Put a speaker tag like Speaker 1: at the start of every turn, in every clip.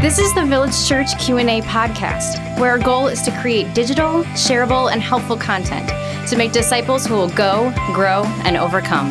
Speaker 1: This is the Village Church Q&A podcast, where our goal is to create digital, shareable, and helpful content to make disciples who will go, grow, and overcome.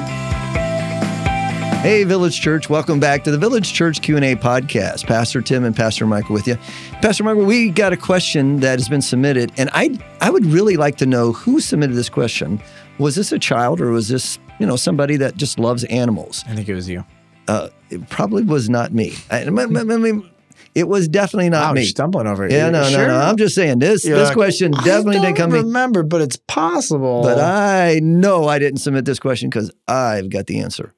Speaker 2: Hey, Village Church, welcome back to the Village Church Q&A podcast. Pastor Tim and Pastor Michael with you. Pastor Michael, we got a question that has been submitted, and I I would really like to know who submitted this question. Was this a child or was this, you know, somebody that just loves animals?
Speaker 3: I think it was you.
Speaker 2: Uh, it probably was not me. I, I mean, it was definitely not
Speaker 3: Wow,
Speaker 2: me.
Speaker 3: you're stumbling over it.
Speaker 2: Yeah,
Speaker 3: You
Speaker 2: no,
Speaker 3: sure?
Speaker 2: no, no. I'm just saying this
Speaker 3: You're
Speaker 2: this
Speaker 3: like,
Speaker 2: question
Speaker 3: I
Speaker 2: definitely didn't
Speaker 3: don't
Speaker 2: come to me.
Speaker 3: remember, but it's possible.
Speaker 2: But I know I didn't submit this question because I've got the answer.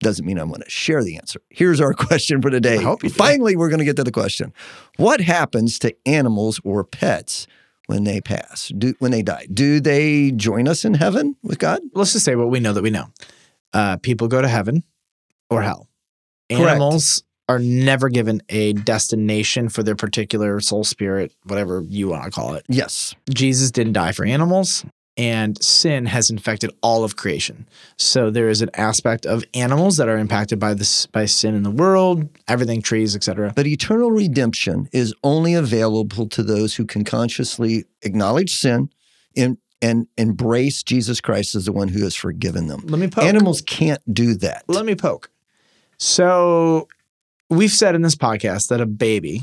Speaker 2: Doesn't mean I'm going to share the answer. Here's our question for today.
Speaker 3: I hope you do.
Speaker 2: Finally, we're going to get to the question: What happens to animals or pets when they pass? Do when they die? Do they join us in heaven with God?
Speaker 3: let's just say what we know that we know. Uh, people go to heaven or hell.
Speaker 2: Correct.
Speaker 3: Animals are never given a destination for their particular soul spirit, whatever you want to call it.
Speaker 2: Yes.
Speaker 3: Jesus didn't die for animals, and sin has infected all of creation. So there is an aspect of animals that are impacted by this by sin in the world, everything, trees, etc.
Speaker 2: But eternal redemption is only available to those who can consciously acknowledge sin and and embrace Jesus Christ as the one who has forgiven them.
Speaker 3: Let me poke.
Speaker 2: Animals can't do that.
Speaker 3: Oh, Let me poke. So we've said in this podcast that a baby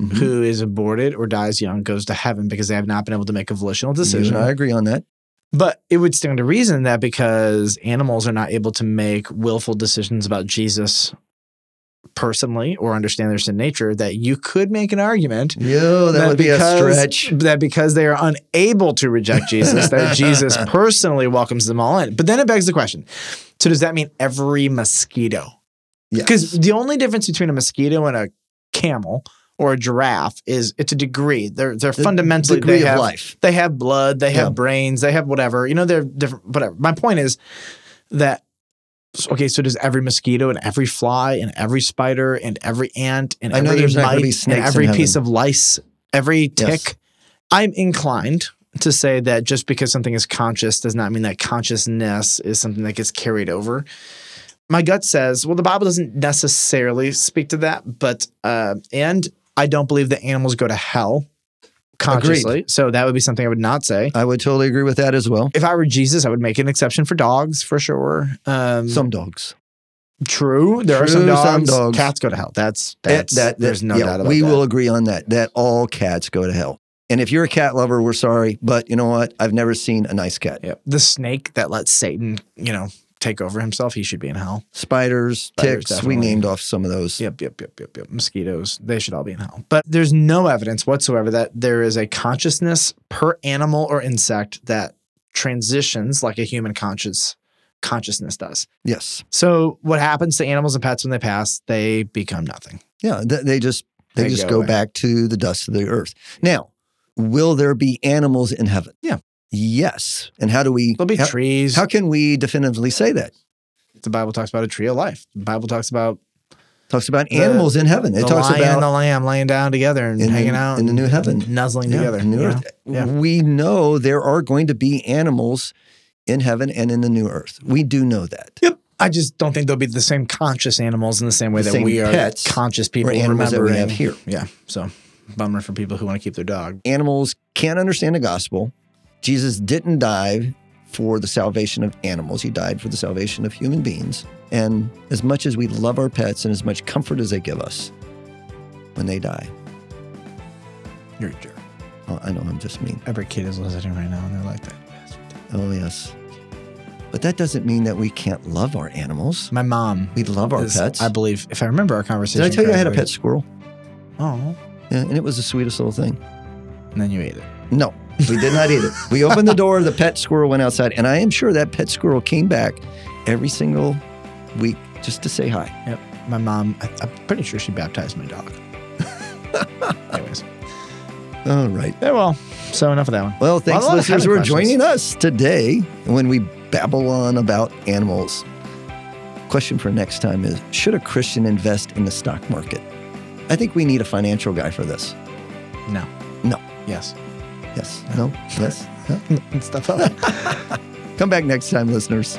Speaker 2: Mhm.
Speaker 3: who is aborted or dies young goes to heaven because they have not been able to make a volitional decision.
Speaker 2: You and I agree on that.
Speaker 3: But it would stand to reason that because animals are not able to make willful decisions about Jesus personally or understand their sin nature, that you could make an argument.
Speaker 2: Yo, that, would be a stretch.
Speaker 3: That because they are unable to reject Jesus, that Jesus personally welcomes them all in. But then it begs the question so, does that mean every mosquito
Speaker 2: Yes.
Speaker 3: because the only difference between a mosquito and a camel or a giraffe is it's a degree. They're they're
Speaker 2: The
Speaker 3: fundamentally
Speaker 2: degree
Speaker 3: they
Speaker 2: of
Speaker 3: have
Speaker 2: life.
Speaker 3: they have blood, they have
Speaker 2: Yeah.
Speaker 3: brains, they have whatever. You know, they're different. Whatever. My point is that so- okay. So does every mosquito and every fly and every spider and every ant and
Speaker 2: I know
Speaker 3: every
Speaker 2: there's not gonna be
Speaker 3: mite
Speaker 2: snakes
Speaker 3: and
Speaker 2: in
Speaker 3: every
Speaker 2: heaven.
Speaker 3: piece of lice, every tick?
Speaker 2: Yes.
Speaker 3: I'm inclined to say that just because something is conscious does not mean that consciousness is something that gets carried over. My gut says, well, the Bible doesn't necessarily speak to that, but uh, and I don't believe that animals go to hell consciously. So that would be something I would not say.
Speaker 2: I would totally agree with that as well.
Speaker 3: If I were Jesus, I would make an exception for dogs for sure. Um,
Speaker 2: Some dogs.
Speaker 3: true, there are
Speaker 2: True,
Speaker 3: some dogs.
Speaker 2: some dogs.
Speaker 3: Cats go to hell. That's that's
Speaker 2: That- that-
Speaker 3: there's no
Speaker 2: yeah,
Speaker 3: doubt about
Speaker 2: We
Speaker 3: that.
Speaker 2: will agree on that, that all cats go to hell. And if you're a cat lover, we're sorry, but you know what? I've never seen a nice cat.
Speaker 3: Yep. The snake that lets Satan, you know, take over himself, he should be in hell.
Speaker 2: Spiders,
Speaker 3: Spiders,
Speaker 2: ticks, we
Speaker 3: definitely.
Speaker 2: named off some of those.
Speaker 3: Yep, yep, yep, yep, yep. Mosquitoes, they should all be in hell. But there's no evidence whatsoever that there is a consciousness per animal or insect that transitions like a human conscious consciousness does.
Speaker 2: Yes.
Speaker 3: So what happens to animals and pets when they pass? They become nothing.
Speaker 2: Yeah, th- they just they,
Speaker 3: They
Speaker 2: just
Speaker 3: go
Speaker 2: go
Speaker 3: away.
Speaker 2: back to the dust of the earth. Now, will there be animals in heaven?
Speaker 3: Yeah.
Speaker 2: Yes. And how do we
Speaker 3: There'll be
Speaker 2: how,
Speaker 3: trees.
Speaker 2: how can we definitively say that?
Speaker 3: the Bible talks about a tree of life. The Bible talks about
Speaker 2: talks about
Speaker 3: The-
Speaker 2: animals in heaven. It
Speaker 3: the
Speaker 2: talks
Speaker 3: lion
Speaker 2: about
Speaker 3: and the lamb laying down together and
Speaker 2: In the-
Speaker 3: hanging out
Speaker 2: in the
Speaker 3: and
Speaker 2: new heaven.
Speaker 3: nuzzling
Speaker 2: Yeah,
Speaker 3: together.
Speaker 2: in the
Speaker 3: you know?
Speaker 2: earth. Mm-hmm.
Speaker 3: Yeah.
Speaker 2: We know there are going to be animals in heaven and in the new earth. We do know that.
Speaker 3: Yep. I just don't think they'll be the same conscious animals in the same way
Speaker 2: The
Speaker 3: that
Speaker 2: same
Speaker 3: we are
Speaker 2: pets
Speaker 3: conscious people
Speaker 2: or animals that we
Speaker 3: remembering.
Speaker 2: have here.
Speaker 3: Yeah. So bummer for people who want to keep their dog.
Speaker 2: Animals can't understand the gospel. Jesus didn't die for the salvation of animals. He died for the salvation of human beings. And as much as we love our pets and as much comfort as they give us when they die,
Speaker 3: You're a jerk.
Speaker 2: oh, I know I'm just mean.
Speaker 3: Every kid is listening right now and they're like that. bastard."
Speaker 2: Oh, yes. But that doesn't mean that we can't love our animals.
Speaker 3: My mom.
Speaker 2: We love our
Speaker 3: is,
Speaker 2: pets.
Speaker 3: I believe, if I remember our conversation.
Speaker 2: Did I tell you I had a pet
Speaker 3: correctly-
Speaker 2: squirrel?
Speaker 3: Oh.
Speaker 2: Yeah, and it was the sweetest little thing.
Speaker 3: And then you ate it.
Speaker 2: No, we did not eat it. We opened the door, the pet squirrel went outside, and I am sure that pet squirrel came back every single week just to say hi.
Speaker 3: Yep. My mom, I, I'm pretty sure she baptized my dog. Anyways.
Speaker 2: All right.
Speaker 3: Yeah, well, so enough of that one.
Speaker 2: Well, thanks,
Speaker 3: a lot of
Speaker 2: listeners, for
Speaker 3: heaven questions.
Speaker 2: joining us today when we babble on about animals. Question for next time is Should a Christian invest in the stock market? I think we need a financial guy for this.
Speaker 3: No.
Speaker 2: No.
Speaker 3: Yes.
Speaker 2: Yes. No. Yes. No?
Speaker 3: Stuff up.
Speaker 2: Come back next time, listeners.